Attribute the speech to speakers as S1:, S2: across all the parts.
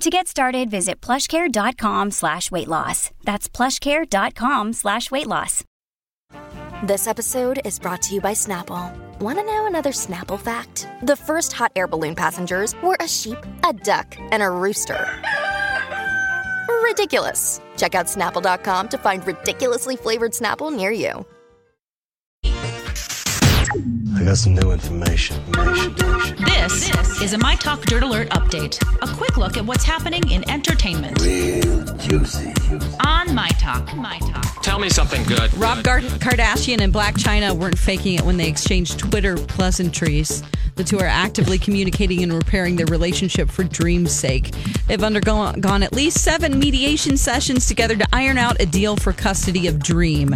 S1: To get started, visit plushcare.com slash weight loss. That's plushcare.com slash weight loss.
S2: This episode is brought to you by Snapple. Want to know another Snapple fact? The first hot air balloon passengers were a sheep, a duck, and a rooster. Ridiculous. Check out snapple.com to find ridiculously flavored Snapple near you.
S3: I got some new information. information, information.
S4: This is a My Talk Dirt Alert update. A quick look at what's happening in entertainment
S3: Real juicy.
S4: on My Talk. My Talk.
S5: Tell me something good.
S6: Rob Gar- Kardashian and Black China weren't faking it when they exchanged Twitter pleasantries. The two are actively communicating and repairing their relationship for dream's sake. They've undergone gone at least seven mediation sessions together to iron out a deal for custody of Dream.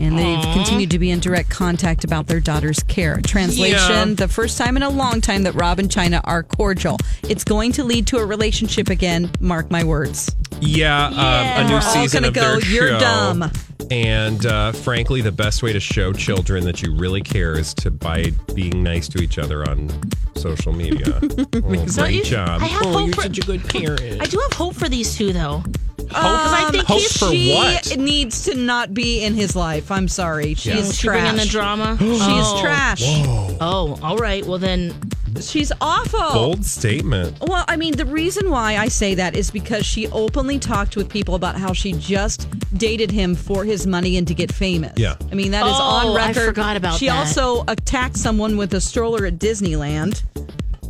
S6: And they've continued to be in direct contact about their daughter's care. Translation
S5: Yeah.
S6: The first time in a long time that Rob and China are cordial. It's going to lead to a relationship again, mark my words.
S5: Yeah, Um, a new
S6: We're all
S5: season
S6: gonna
S5: of their
S6: go, "You're
S5: show.
S6: dumb."
S5: And uh, frankly, the best way to show children that you really care is to by being nice to each other on social media. oh,
S7: you-
S5: great job!
S7: I have
S5: oh,
S7: hope
S5: you're
S7: for-
S5: such a good parent.
S7: I do have hope for these two, though.
S5: Hope,
S7: I think
S5: Um, hope
S7: if
S5: for
S6: she
S5: what?
S6: needs to not be in his life. I'm sorry. She
S5: Yeah.
S6: is
S7: She bring in
S6: trash.
S7: the
S6: She
S7: drama.
S6: is
S7: oh.
S6: trash.
S7: Oh, all right. Well, then,
S6: She's awful.
S5: Bold statement.
S6: Well, I mean, the reason why I say that is because she openly talked with people about how she just dated him for his money and to get famous.
S5: Yeah.
S6: I mean, that is on
S7: Oh, I
S6: record.
S7: forgot about
S6: she
S7: that.
S6: also attacked someone with a stroller at Disneyland.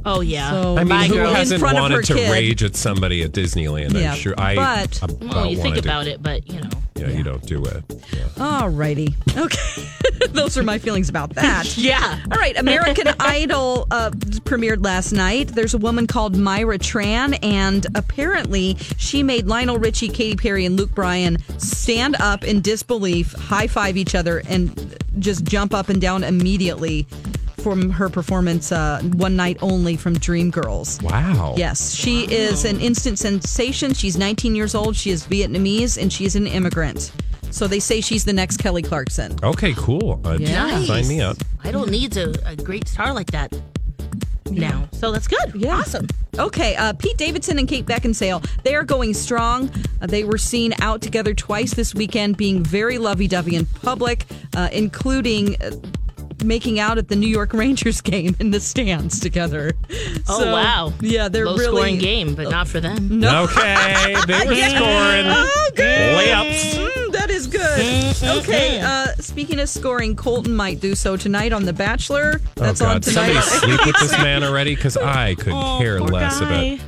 S7: oh yeah.
S6: So-
S5: I mean,
S7: Bye,
S5: who
S7: girl.
S6: In
S5: hasn't
S6: front of her
S5: wanted to
S6: kid.
S5: rage at somebody at Disneyland?
S6: Yeah,
S5: I'm sure. I
S6: but-
S5: about
S7: well, you think
S5: wanted to-
S7: about it, but you know.
S5: Yeah, you don't do it.
S6: Alrighty. Okay. Those are my feelings about that.
S7: Yeah.
S6: All right, American Idol uh, premiered last night. There's a woman called Myra Tran, and apparently she made Lionel Richie, Katy Perry, and Luke Bryan stand up in disbelief, high five each other, and just jump up and down immediately from her performance uh, one night only from Dreamgirls.
S5: Wow.
S6: Yes, she is an instant sensation. She's 19 years old. She is Vietnamese, and she's an immigrant. So they say she's the next Kelly Clarkson.
S5: Okay. Cool. Uh,
S6: Yeah.
S5: Sign me up. Oh,
S7: I don't need a, a great star like that now. So that's good.
S6: Yeah.
S7: Awesome.
S6: Okay, uh, Pete Davidson and Kate Beckinsale, they are going strong. Uh, they were seen out together twice this weekend, being very lovey dovey in public, uh, including. Uh, Making out at the New York Rangers game in the stands together.
S7: Oh
S6: So,
S7: wow.
S6: Yeah, they're
S7: Low
S6: really
S7: scoring game, but not for them.
S5: Okay. They were scoring
S6: Oh, good.
S5: layups. Mm-hmm.
S6: Mm, that is good. Okay. Uh, speaking of scoring, Colton might do so tonight on The Bachelor. That's
S5: oh
S6: on
S5: God!
S6: tonight.
S5: Somebody sleep with this man already, because I could care
S7: Poor
S5: less
S7: guy.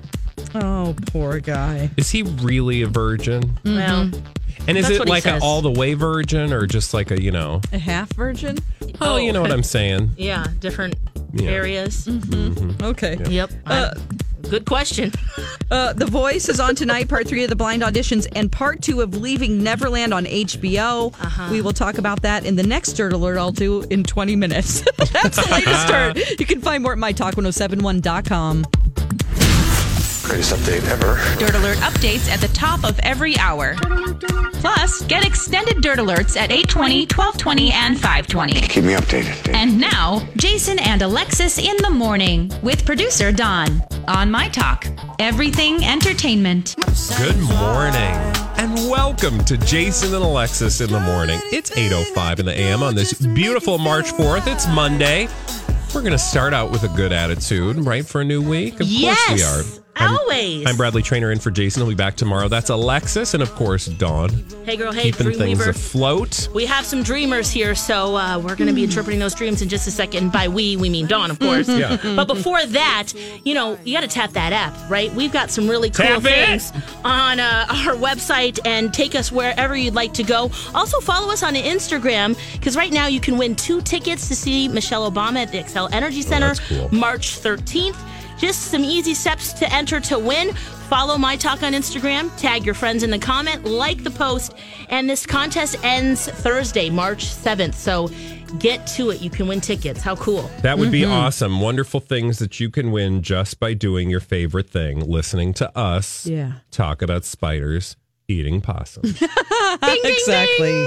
S5: about.
S6: oh, poor guy. Mm-hmm.
S5: Is he really a virgin?
S7: Well,
S5: And is
S7: That's
S5: it
S7: what he
S5: like an
S7: says.
S5: all the way virgin, or just like a you know?
S6: A half virgin.
S5: Oh, you know what I'm saying.
S7: yeah, different
S5: Yeah. Mm-hmm.
S7: areas.
S6: Okay.
S7: Yep.
S6: Uh,
S7: I- good question.
S6: Uh, the Voice is on tonight, part three of the blind auditions, and part two of Leaving Neverland on HBO.
S7: Uh-huh.
S6: We will talk about that in the next Dirt Alert I'll do in 20 minutes. That's the latest dirt. You can find more at mytalk1071.com.
S3: Greatest update ever.
S4: Dirt Alert updates at the top of every hour. Plus, get extended Dirt Alerts at 820, 1220, and 520.
S3: Keep me updated.
S4: And now, Jason and Alexis in the morning with producer Don on My Talk. Everything entertainment.
S5: Good morning, and welcome to Jason and Alexis in the morning. It's 8:05 in the a.m. on this beautiful March 4th. It's Monday. We're gonna start out with a good attitude, right, for a new week. Of course we are.
S7: yes.
S5: I'm-
S7: Always.
S5: I'm Bradley Trainer in for Jason. He'll be back tomorrow. That's Alexis, and of course Dawn,
S7: hey girl. Hey,
S5: keeping things
S7: Dreamweaver.
S5: afloat.
S7: We have some dreamers here, so uh, we're going to be interpreting those dreams in just a second. And by we, we mean Dawn, of course.
S5: Yeah.
S7: But before that, you know, you got to tap that app, right? We've got some really cool
S5: Tap it.
S7: things on uh, our website and take us wherever you'd like to go. Also, follow us on Instagram because right now you can win two tickets to see Michelle Obama at the Excel Energy Center
S5: that's cool.
S7: March 13th. Just some easy steps to enter to win. Follow my talk on Instagram, tag your friends in the comment, like the post, and this contest ends Thursday, March 7th. So get to it. You can win tickets. How cool. Mm-hmm.
S5: That would be
S6: Mm-hmm.
S5: awesome. Wonderful things that you can win just by doing your favorite thing, listening to us
S6: Yeah.
S5: talk about spiders eating possums.
S6: exactly.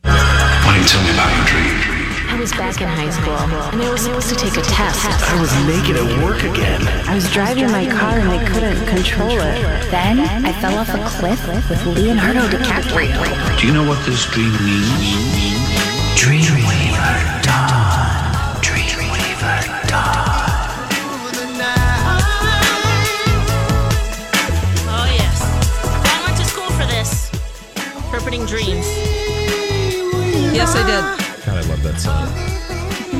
S8: Why don't you tell me about your dream?
S9: I was back in high school, and I was supposed to take a test.
S8: I was naked at work again.
S9: I was driving my car, and I couldn't control it.
S1: Then I fell off a cliff with Leonardo DiCaprio.
S8: Do you know what this dream means? Dreamweaver Dawn. Dreamweaver Dawn.
S7: Oh, yes. I went to school for this. Interpreting dreams.
S6: Yes, I did.
S5: God, I love that song.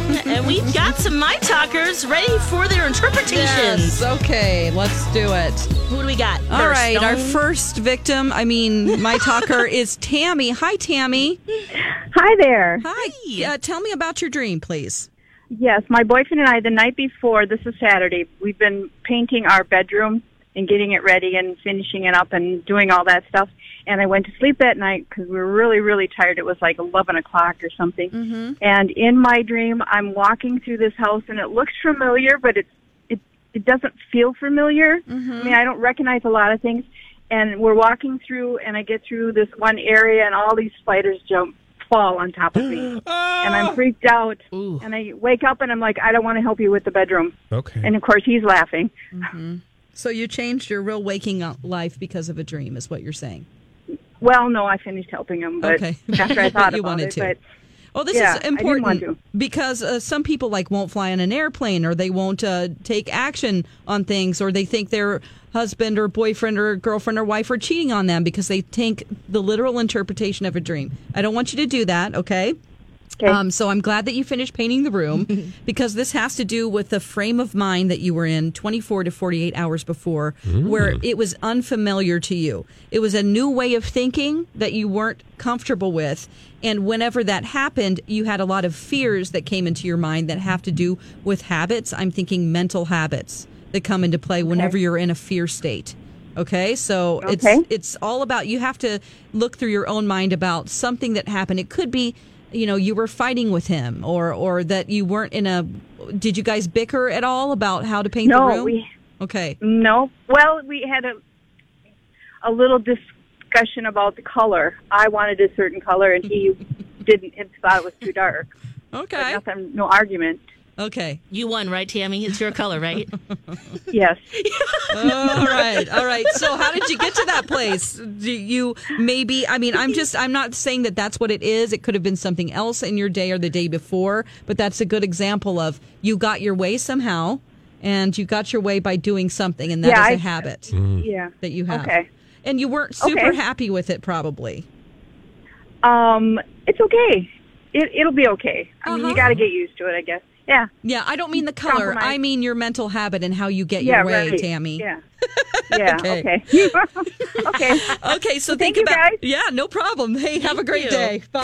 S7: and we've got some My Talkers ready for their interpretations.
S6: Yes. Okay, let's do it.
S7: Who do we got?
S6: All right, our
S7: Stone?
S6: first victim, I mean, my talker is Tammy. Hi, Tammy.
S10: Hi there.
S6: Hi. Uh, tell me about your dream, please.
S10: Yes, my boyfriend and I, the night before, this is Saturday, we've been painting our bedroom and getting it ready and finishing it up and doing all that stuff. And I went to sleep that night because we were really, really tired. It was like 11 o'clock or
S6: Mm-hmm.
S10: something.
S7: Mm-hmm.
S10: And in my dream, I'm walking through this house and it looks familiar, but it's, it, it doesn't feel familiar.
S6: Mm-hmm.
S10: I mean, I don't recognize a lot of things. And we're walking through and I get through this one area and all these spiders jump, fall on top of me. and
S6: Ah!
S10: I'm freaked out. And I wake up and I'm like, I don't want to help you with the bedroom.
S5: Okay.
S10: And of course, he's laughing.
S6: Mm-hmm. So you changed your real waking up life because of a dream, is what you're saying.
S10: Well, no, I finished helping him, but
S6: Okay.
S10: after I thought
S6: You
S10: about
S6: wanted
S10: it,
S6: to.
S10: but
S6: Oh, this
S10: Yeah, I
S6: is
S10: didn't
S6: important
S10: want to.
S6: because uh, some people like won't fly on an airplane or they won't uh, take action on things or they think their husband or boyfriend or girlfriend or wife are cheating on them because they take the literal interpretation of a dream. I don't want you to do that, okay? Um, so I'm glad that you finished painting the room because this has to do with the frame of mind that you were in 24 to 48 hours before, where
S10: Mm-hmm.
S6: it was unfamiliar to you. It was a new way of thinking that you weren't comfortable with. And whenever that happened, you had a lot of fears that came into your mind that have to do with habits. I'm thinking mental habits that come into play whenever you're in a fear state. Okay, so
S10: Okay.
S6: it's it's all about you have to look through your own mind about something that happened. It could be, you know, you were fighting with him, or or that you weren't in a. Did you guys bicker at all about how to paint
S10: No,
S6: the room?
S10: we-
S6: okay.
S10: no. Well, we had a a little discussion about the color. I wanted a certain color, and he didn't. He thought it was too dark. But
S6: Okay.
S10: nothing, no argument.
S6: Okay.
S7: You won, right, Tammy? It's your color, right?
S10: Yes.
S6: all right all right so how did you get to that place do you maybe i mean i'm just i'm not saying that that's what it is it could have been something else in your day or the day before but that's a good example of you got your way somehow and you got your way by doing something and that is
S10: Yeah,
S6: a
S10: I- Mm.
S6: habit
S10: Yeah.
S6: that you have
S10: Okay.
S6: and you weren't super
S10: Okay.
S6: happy with it probably
S10: Um, it's okay. It it'll be okay. I
S6: Uh-huh.
S10: mean, you got to get used to it, I guess. Yeah.
S6: yeah i don't mean the color
S10: Compromise.
S6: i mean your mental habit and how you get
S10: Yeah.
S6: your way
S10: right.
S6: tammy
S10: Yeah. Yeah.
S6: Okay.
S10: okay. okay.
S6: okay so
S10: Thank
S6: think
S10: you,
S6: about
S10: guys.
S6: yeah no problem hey have a great
S7: you.
S6: day bye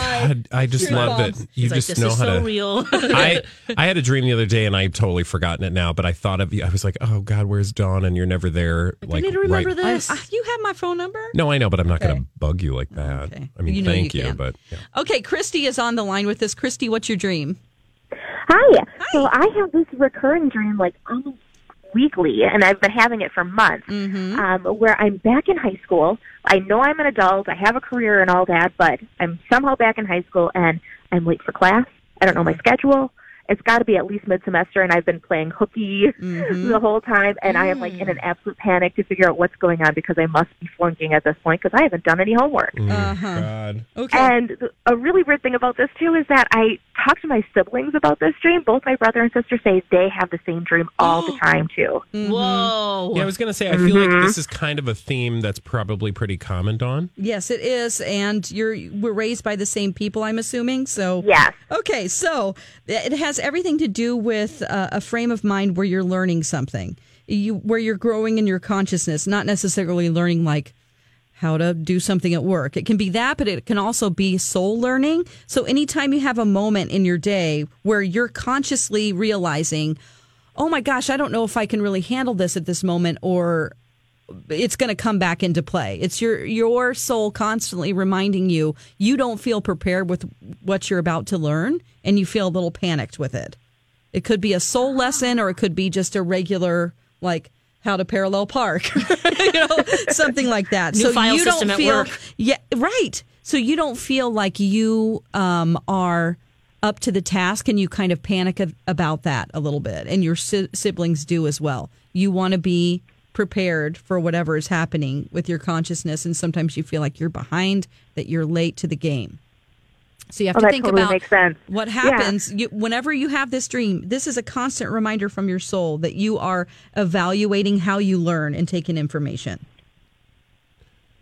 S5: I, I just
S6: True
S5: love
S6: love.
S5: it. You
S7: It's like,
S5: just
S7: this
S5: know
S7: is
S5: how
S7: so
S5: to.
S7: real.
S5: I I had a dream the other day and I've totally forgotten it now. But I thought of you. I was like, oh God, where's Dawn? And you're never there. like
S7: need to remember
S5: right-
S7: this.
S6: Uh, you have my phone number
S5: No, I know, but I'm not going to bug you like that.
S6: Okay.
S5: I mean,
S6: You know
S5: thank
S6: you
S5: you,
S6: can.
S5: but yeah.
S6: Okay, Christy is on the line with us. Christy, what's your dream?
S9: Hi. So I have this recurring dream, like almost weekly, and I've been having it for months, um, where I'm back in high school. I know I'm an adult. I have a career and all that, but I'm somehow back in high school, and I'm late for class. I don't know my schedule. It's got to be at least mid-semester, and I've been playing hooky the whole time, and I am like in an absolute panic to figure out what's going on because I must be flunking at this point because I haven't done any homework.
S6: Uh-huh.
S5: God.
S6: Okay.
S9: And th- a really weird thing about this too is that I talked to my siblings about this dream. Both my brother and sister say they have the same dream all
S6: Oh.
S9: the time too.
S6: Mm, Mm-hmm.
S7: Whoa.
S5: Yeah, I was going to say, I feel
S10: Mm-hmm.
S5: like this is kind of a theme that's probably pretty common, Dawn.
S6: yes, it is. And you're we're raised by the same people, I'm assuming. So
S9: Yes.
S6: Okay, so it has everything to do with uh, a frame of mind where you're learning something, you where you're growing in your consciousness, not necessarily learning like how to do something at work. It can be that, but it can also be soul learning. So anytime you have a moment in your day where you're consciously realizing, oh my gosh, I don't know if I can really handle this at this moment or it's going to come back into play. It's your your soul constantly reminding you you don't feel prepared with what you're about to learn and you feel a little panicked with it. It could be a soul lesson or it could be just a regular like how to parallel park, you know, something like that.
S7: New
S6: so
S7: file
S6: you
S7: system
S6: don't
S7: at
S6: feel
S7: work.
S6: yeah, right. So you don't feel like you um, are up to the task, and you kind of panic of, about that a little bit, and your si- siblings do as well. You want to be prepared for whatever is happening with your consciousness, and sometimes you feel like you're behind, that you're late to the game. So you have
S9: Oh,
S6: to
S9: that
S6: think
S9: totally
S6: about
S9: makes sense.
S6: what
S9: Yeah.
S6: happens you, whenever you have this dream. This is a constant reminder from your soul that you are evaluating how you learn and take in information.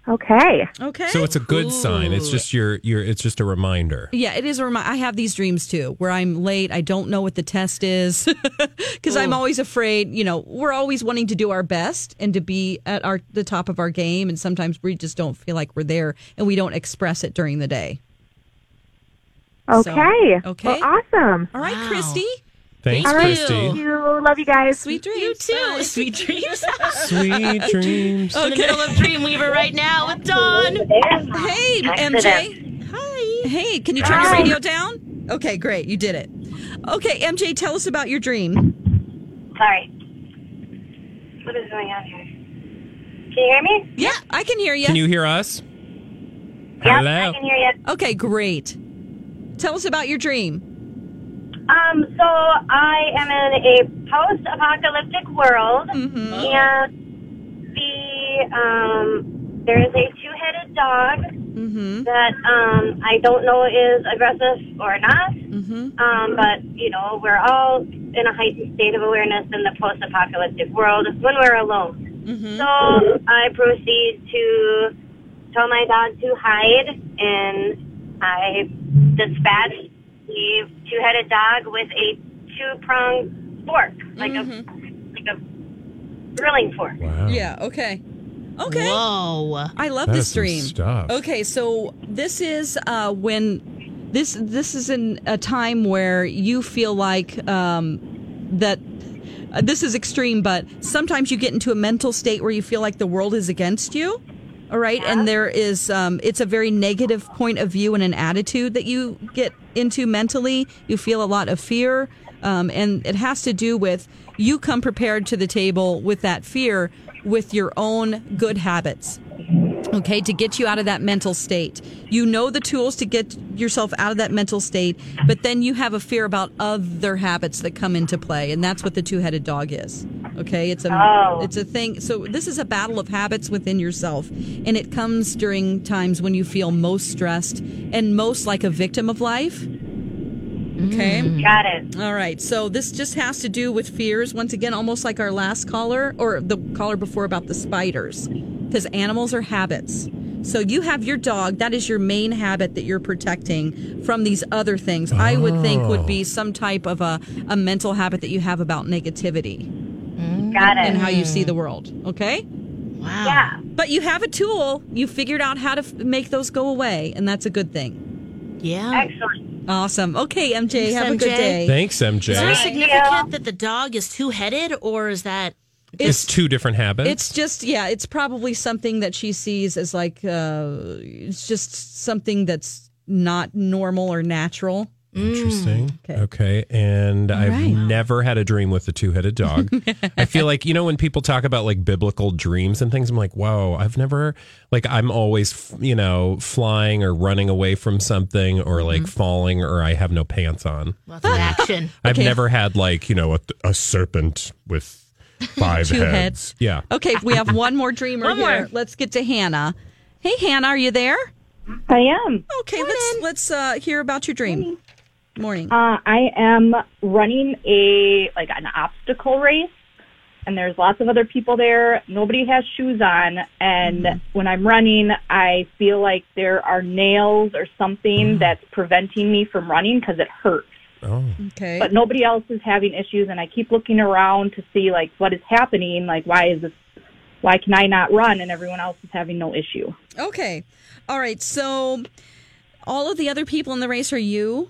S9: Okay.
S6: Okay.
S5: So it's a good sign. It's just your your. It's just a reminder.
S6: Yeah, it is a reminder. I have these dreams too, where I'm late. I don't know what the test is because I'm always afraid. You know, we're always wanting to do our best and to be at our the top of our game, and sometimes we just don't feel like we're there, and we don't express it during the day. So,
S9: Okay.
S6: okay.
S9: Well,
S11: Hmm.
S9: awesome.
S6: All right,
S7: Wow.
S6: Christy.
S5: Thanks,
S7: All right.
S9: Thank
S5: Christy.
S9: you. Love you guys.
S6: Sweet dreams.
S7: You too.
S6: Bye.
S7: Sweet dreams.
S5: Sweet dreams.
S7: In the middle of Dreamweaver right now with Dawn.
S6: Hey, MJ. Hi. Hey, can you turn your radio down? Okay, great. You did it. Okay, MJ, tell us about your dream.
S11: Sorry. What is going on here? Can you hear me?
S6: Yeah, I can hear you.
S5: Can you hear us?
S11: Yep, I
S5: Hello.
S11: can hear you.
S6: Okay, great. Tell us about your dream.
S11: Um, so I am in a post-apocalyptic world,
S6: Mm-hmm.
S11: and the um, there is a two-headed dog
S6: Mm-hmm,
S11: that um, I don't know is aggressive or not.
S6: Mm-hmm.
S11: Um, but you know, we're all in a heightened state of awareness in the post-apocalyptic world when we're alone.
S6: mm-hmm.
S12: Mm-hmm.
S11: So I proceed to tell my dog to hide, and I dispatch the two-headed dog with a two-pronged fork, like a like a grilling fork.
S5: Wow.
S6: Yeah, okay. Okay.
S7: Whoa.
S6: I love
S5: That is
S6: this
S5: some
S6: dream.
S5: stuff.
S6: Okay, so this is uh, when this this is in a time where you feel like um, that uh, this is extreme, but sometimes you get into a mental state where you feel like the world is against you. All right, and there is um, it's a very negative point of view and an attitude that you get into mentally. You feel a lot of fear, um, and it has to do with you come prepared to the table with that fear with your own good habits okay, to get you out of that mental state. You know the tools to get yourself out of that mental state, but then you have a fear about other habits that come into play, and that's what the two-headed dog is. Okay, it's a
S11: Oh.
S6: it's a thing. So this is a battle of habits within yourself, and it comes during times when you feel most stressed and most like a victim of life. Okay.
S11: Got it.
S6: All right. So Oh, this just has to do with fears. Once again, almost like our last caller or the caller before about the spiders, because animals are habits. So you have your dog. That is your main habit that you're protecting from these other things. I would think would be some type of a, a mental habit that you have about negativity
S11: Got
S6: and
S11: it.
S6: how you see the world. Okay.
S7: Wow.
S11: yeah.
S6: But you have a tool. You figured out how to f- make those go away, and that's a good thing.
S7: Yeah.
S11: Excellent.
S6: Awesome. Okay, MJ.
S7: Thanks,
S6: have a good
S7: MJ.
S6: day.
S5: Thanks,
S7: Is there
S5: MJ.
S7: significant that the dog is two-headed, or is that
S5: It's two different habits.
S6: It's just yeah, it's probably something that she sees as like uh it's just something that's not normal or natural. Mm.
S5: Interesting.
S6: okay.
S5: okay. And I've never had a dream with a two headed dog. I feel like, you know, when people talk about like biblical dreams and things, I'm like, whoa, I've never, like, I'm always, f- you know, flying or running away from something or
S6: Mm-hmm.
S5: like falling or I have no pants on.
S7: lots of action?
S5: I've never had like, you know, a, a serpent with five
S6: Two
S5: heads.
S6: heads.
S5: Yeah.
S6: Okay, we have one more dreamer
S7: One
S6: here.
S7: more.
S6: Let's get to Hannah. Hey Hannah, are you there?
S10: I am.
S6: Okay, let's let's uh hear about your dream. Morning.
S10: Uh, I am running a like an obstacle race, and there's lots of other people there. Nobody has shoes on, and
S6: Mm-hmm.
S10: when I'm running, I feel like there are nails or
S6: Mm-hmm.
S10: something that's preventing me from running because it hurts.
S5: Oh.
S6: Okay.
S10: But nobody else is having issues, and I keep looking around to see like what is happening. Like why is this? Why can I not run? And everyone else is having no issue.
S6: Okay. All right. So all of the other people in the race are you.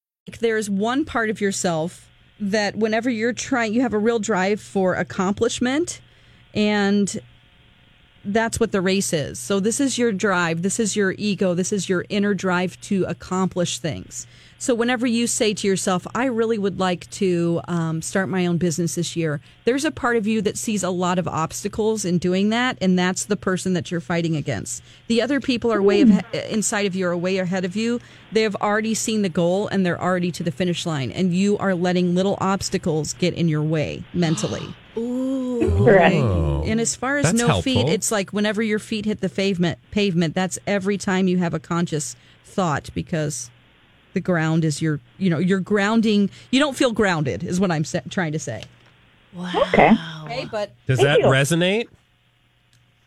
S6: Like, there's one part of yourself that whenever you're trying you have a real drive for accomplishment and that's what the race is so this is your drive this is your ego this is your inner drive to accomplish things so whenever you say to yourself i really would like to um, start my own business this year there's a part of you that sees a lot of obstacles in doing that and that's the person that you're fighting against the other people are way of, uh, inside of you are way ahead of you they have already seen the goal and they're already to the finish line and you are letting little obstacles get in your way mentally
S7: Ooh.
S6: Right.
S4: Oh,
S6: And as far as
S7: That's
S6: no
S7: helpful.
S6: feet, it's like whenever your feet hit the pavement, pavement, that's every time you have a conscious thought because the ground is your, you know, you're grounding. You don't feel grounded is what I'm sa- trying to say.
S7: Wow.
S6: Okay. Oh. but
S5: Does
S12: Thank
S5: that
S12: you.
S5: resonate?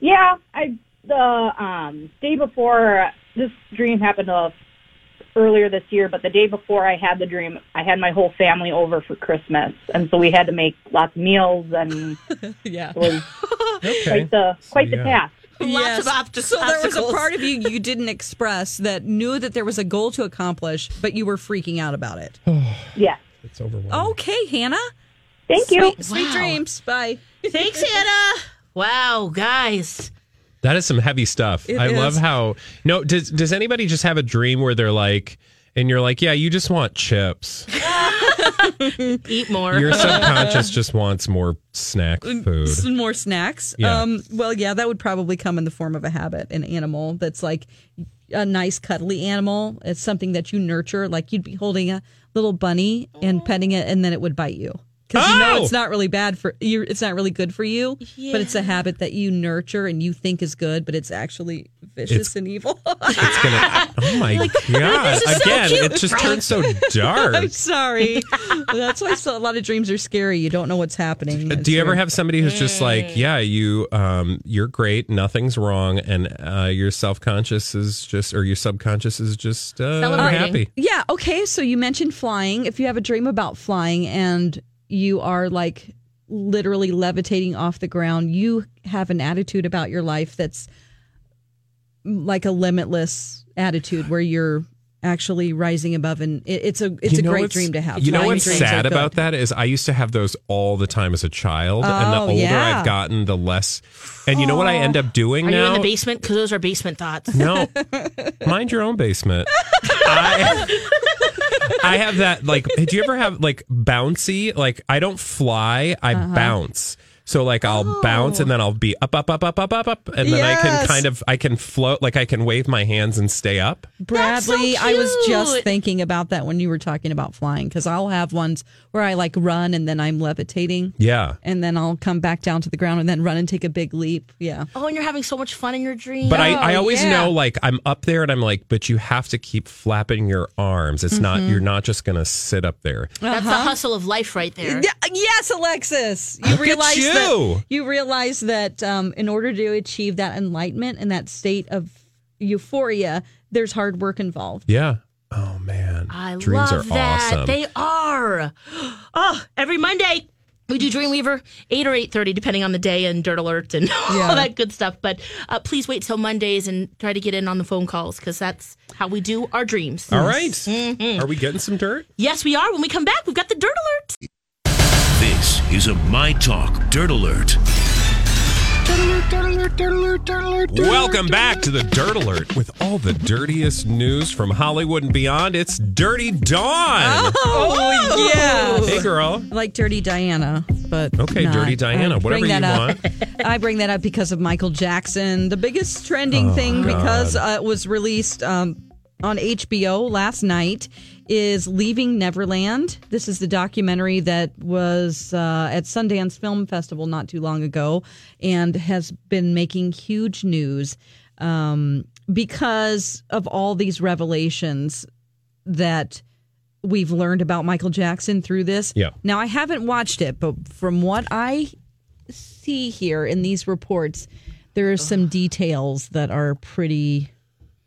S12: Yeah, I the um, day before this dream happened uh, earlier this year, but the day before I had the dream, I had my whole family over for Christmas, and so we had to make lots of meals, and
S6: yeah,
S12: it was quite the quite the
S6: yeah.
S12: task.
S6: Yes.
S7: of obst-
S6: So there was a
S7: obstacles.
S6: part of you you didn't express that knew that there was a goal to accomplish, but you were freaking out about it.
S12: Yeah.
S5: It's overwhelming.
S6: Okay, Hannah.
S12: Thank
S6: sweet,
S12: you.
S6: Sweet
S7: Wow.
S6: dreams. Bye.
S7: Thanks, Hannah. Wow, guys.
S5: That is some heavy stuff.
S7: It
S5: I
S7: is.
S5: love how no. Does does anybody just have a dream where they're like, and you're like, yeah, you just want chips.
S7: Eat more.
S5: Your subconscious just wants more snack food.
S6: Some Mm, more snacks.
S5: Yeah.
S6: Um, well, yeah, that would probably come in the form of a habit, an animal that's like a nice, cuddly animal. It's something that you nurture. Like you'd be holding a little bunny and petting it, and then it would bite you because you know
S13: Oh!
S6: it's not really bad for you. It's not really good for you, but it's a habit that you nurture and you think is good, but it's actually vicious
S5: It's-
S6: and evil.
S5: It's gonna. Oh my god!
S6: This is so
S5: Again,
S6: cute.
S5: it just turns so
S6: I'm
S5: dark.
S6: sorry. That's why so- a lot of dreams are scary. You don't know what's happening.
S5: Uh, Do you ever have somebody who's just
S6: Mm.
S5: like, yeah, you, um, you're great, nothing's wrong, and uh, your self conscious is just, or your subconscious is just uh, happy.
S6: Yeah. Okay. So you mentioned flying. If you have a dream about flying and you are like literally levitating off the ground, you have an attitude about your life that's like a limitless attitude where you're actually rising above and it, it's a it's
S5: You
S6: a
S5: know
S6: great
S5: what's-
S6: dream to have.
S5: You know
S6: Flying
S5: what's
S6: dreams are
S5: sad
S6: good.
S5: about that is I used to have those all the time as a child, and the
S6: Oh,
S5: older
S6: yeah.
S5: I've gotten, the less. And you know what I end up doing
S7: Are you
S5: now?
S7: in the basement? Because those are basement thoughts.
S5: No. Mind your own basement. I, I have that like do you ever have like bouncy? Like I don't fly, I
S14: Uh-huh.
S5: bounce. So like I'll bounce and then I'll be up up up up up up up and then I can
S6: Oh. Yes.
S5: kind of I can float like I can wave my hands and stay up.
S6: Bradley, I was just
S7: cute.
S6: thinking about that when you were talking about flying because I'll have ones where I like run and then I'm levitating.
S5: Yeah.
S6: And then I'll come back down to the ground and then run and take a big leap. Yeah.
S7: Oh, and you're having so much fun in your dream.
S5: But I, I always know like I'm up there and I'm like, but you have to keep flapping your arms. It's not
S7: Mhm.
S5: you're not just gonna sit up there.
S7: That's the hustle of life right there.
S6: Uh-huh. Yeah, uh, yes, Alexis. You
S5: Look at
S6: realize
S5: you.
S6: that you realize that um, in order to achieve that enlightenment and that state of euphoria, there's hard work involved.
S5: Yeah. Oh man.
S7: I
S5: Dreams
S7: love
S5: are
S7: that.
S5: awesome.
S7: They are. Oh, every Monday we do Dreamweaver eight or eight thirty, depending on the day, and Dirt Alert and all that good stuff. But uh, please wait till Mondays and try to get in on the phone calls because that's how we do our dreams.
S5: All right.
S7: Mhm.
S5: Are we getting some dirt?
S7: Yes, we are. When we come back, we've got the Dirt Alert.
S15: This is a My Talk Dirt Alert.
S5: Welcome back to the Dirt Alert with all the dirtiest news from Hollywood and beyond. It's Dirty Dawn.
S6: Oh, yeah.
S5: Hey, girl.
S6: Like Dirty Diana, but
S5: Okay,
S6: not.
S5: Dirty Diana,
S6: I
S5: whatever
S6: bring that
S5: you
S6: up. I bring that up because of Michael Jackson, the biggest trending
S5: Oh,
S6: thing
S5: God.
S6: because uh, it was released um, on HBO last night. Is Leaving Neverland. This is the documentary that was uh, at Sundance Film Festival not too long ago and has been making huge news um, because of all these revelations that we've learned about Michael Jackson through this.
S5: Yeah.
S6: Now I haven't watched it, but from what I see here in these reports, there are some details that are pretty.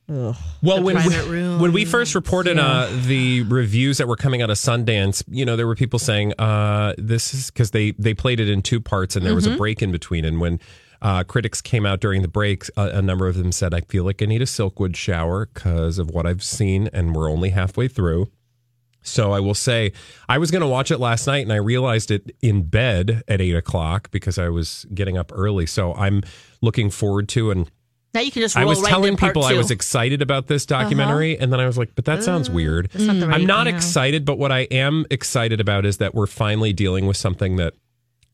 S6: Ugh.
S5: Well, when we, when we first reported uh, the reviews that were coming out of Sundance, you know, there were people saying uh, this is because they they played it in two parts and there was a
S13: Mhm.
S5: break in between. And when uh, critics came out during the breaks, a, a number of them said, "I feel like I need a Silkwood shower because of what I've seen, and we're only halfway through." So I will say, I was going to watch it last night, and I realized it in bed at eight o'clock because I was getting up early. So I'm looking forward to and.
S7: Now you can just
S5: I
S7: roll
S5: was
S7: right
S5: telling
S7: into part
S5: people I
S7: two. Uh-huh. Mm.
S5: was excited about this documentary, and then I was like, "But that sounds weird."
S7: not the right-
S5: I'm not
S7: yeah.
S5: excited, but what I am excited about is that we're finally dealing with something that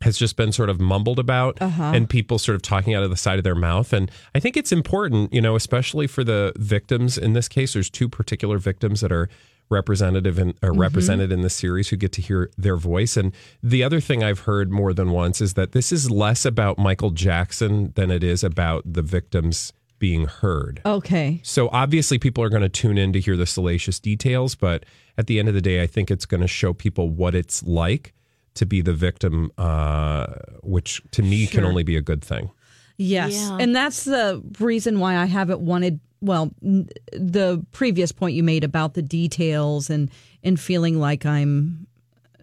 S5: has just been sort of mumbled about,
S13: Uh-huh.
S5: and people sort of talking out of the side of their mouth. And I think it's important, you know, especially for the victims in this case. There's two particular victims that are representative and are
S6: Mm-hmm.
S13: Mhm.
S5: represented in this series who get to hear their voice. And the other thing I've heard more than once is that this is less about Michael Jackson than it is about the victims being heard.
S6: Okay.
S5: So obviously, people are going to tune in to hear the salacious details, but at the end of the day, I think it's going to show people what it's like to be the victim, uh, which to me can
S6: Sure.
S5: only be a good thing.
S6: Yes.
S5: Yeah.
S6: And that's the reason why I haven't wanted well n- the previous point you made about the details and and feeling like I'm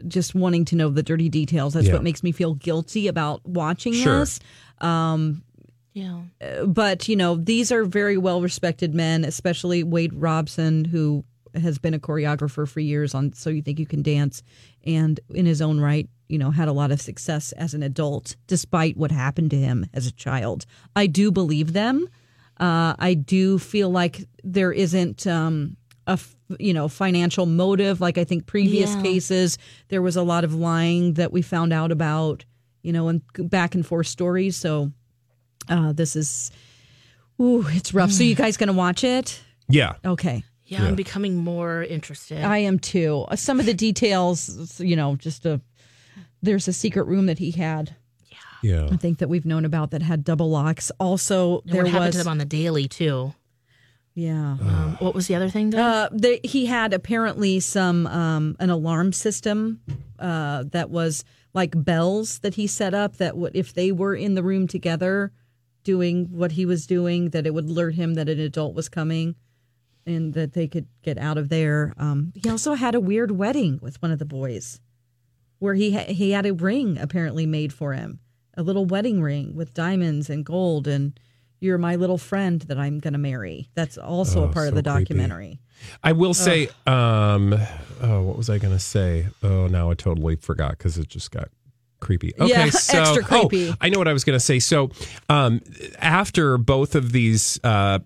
S6: just wanting to know the dirty details that's
S14: Yeah.
S6: what makes me feel guilty about watching
S14: Sure.
S6: this. Um
S7: yeah.
S6: But you know, these are very well respected men, especially Wade Robson who has been a choreographer for years on So You Think You Can Dance and in his own right, you know, had a lot of success as an adult despite what happened to him as a child. I do believe them. Uh, I do feel like there isn't um, a f- you know financial motive like I think previous
S14: Yeah.
S6: cases there was a lot of lying that we found out about you know and back and forth stories. So uh, this is ooh it's rough. so you guys gonna watch it?
S5: Yeah.
S6: Okay.
S7: yeah, I'm becoming more interested.
S6: I am too. Uh, Some of the details, you know, just a there's a secret room that he had.
S5: Yeah.
S6: I think that we've known about that had double locks. Also,
S7: And
S6: there
S7: what happened
S6: was
S7: to them on the daily too?
S6: yeah.
S7: Um, what was the other thing? Though?
S6: Uh, they, he had apparently some um, an alarm system uh, that was like bells that he set up that would if they were in the room together doing what he was doing that it would alert him that an adult was coming and that they could get out of there. Um, he also had a weird wedding with one of the boys where he ha- he had a ring apparently made for him, a little wedding ring with diamonds and gold and you're my little friend that I'm going to marry. That's also
S5: Oh,
S6: a part of
S5: so
S6: the
S5: creepy.
S6: documentary.
S5: I will say, um, oh, what was I going to say? Oh, now I totally forgot because it just got creepy. Okay,
S13: Yeah,
S5: so
S13: extra creepy.
S5: Oh, I know what I was going to say. So, um, after both of these uh,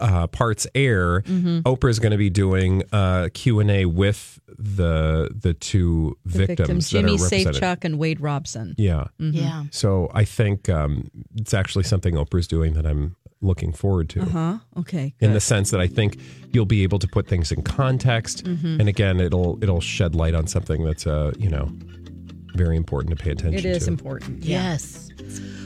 S5: uh, parts air,
S13: Mhm.
S5: Oprah's going to be doing uh, Q and A with the the two
S6: The
S5: victims, that
S6: Jimmy
S5: are represented.
S6: Safechuck and Wade Robson.
S5: Yeah.
S6: Mhm. Yeah.
S5: So I think um, it's actually something Oprah's doing that I'm looking forward to
S6: Uh huh. Okay.
S5: in the sense that I think you'll be able to put things in context,
S6: Mhm.
S5: and again, it'll it'll shed light on something that's uh you know very important to pay attention.
S6: It is
S5: to.
S6: important.
S7: Yes.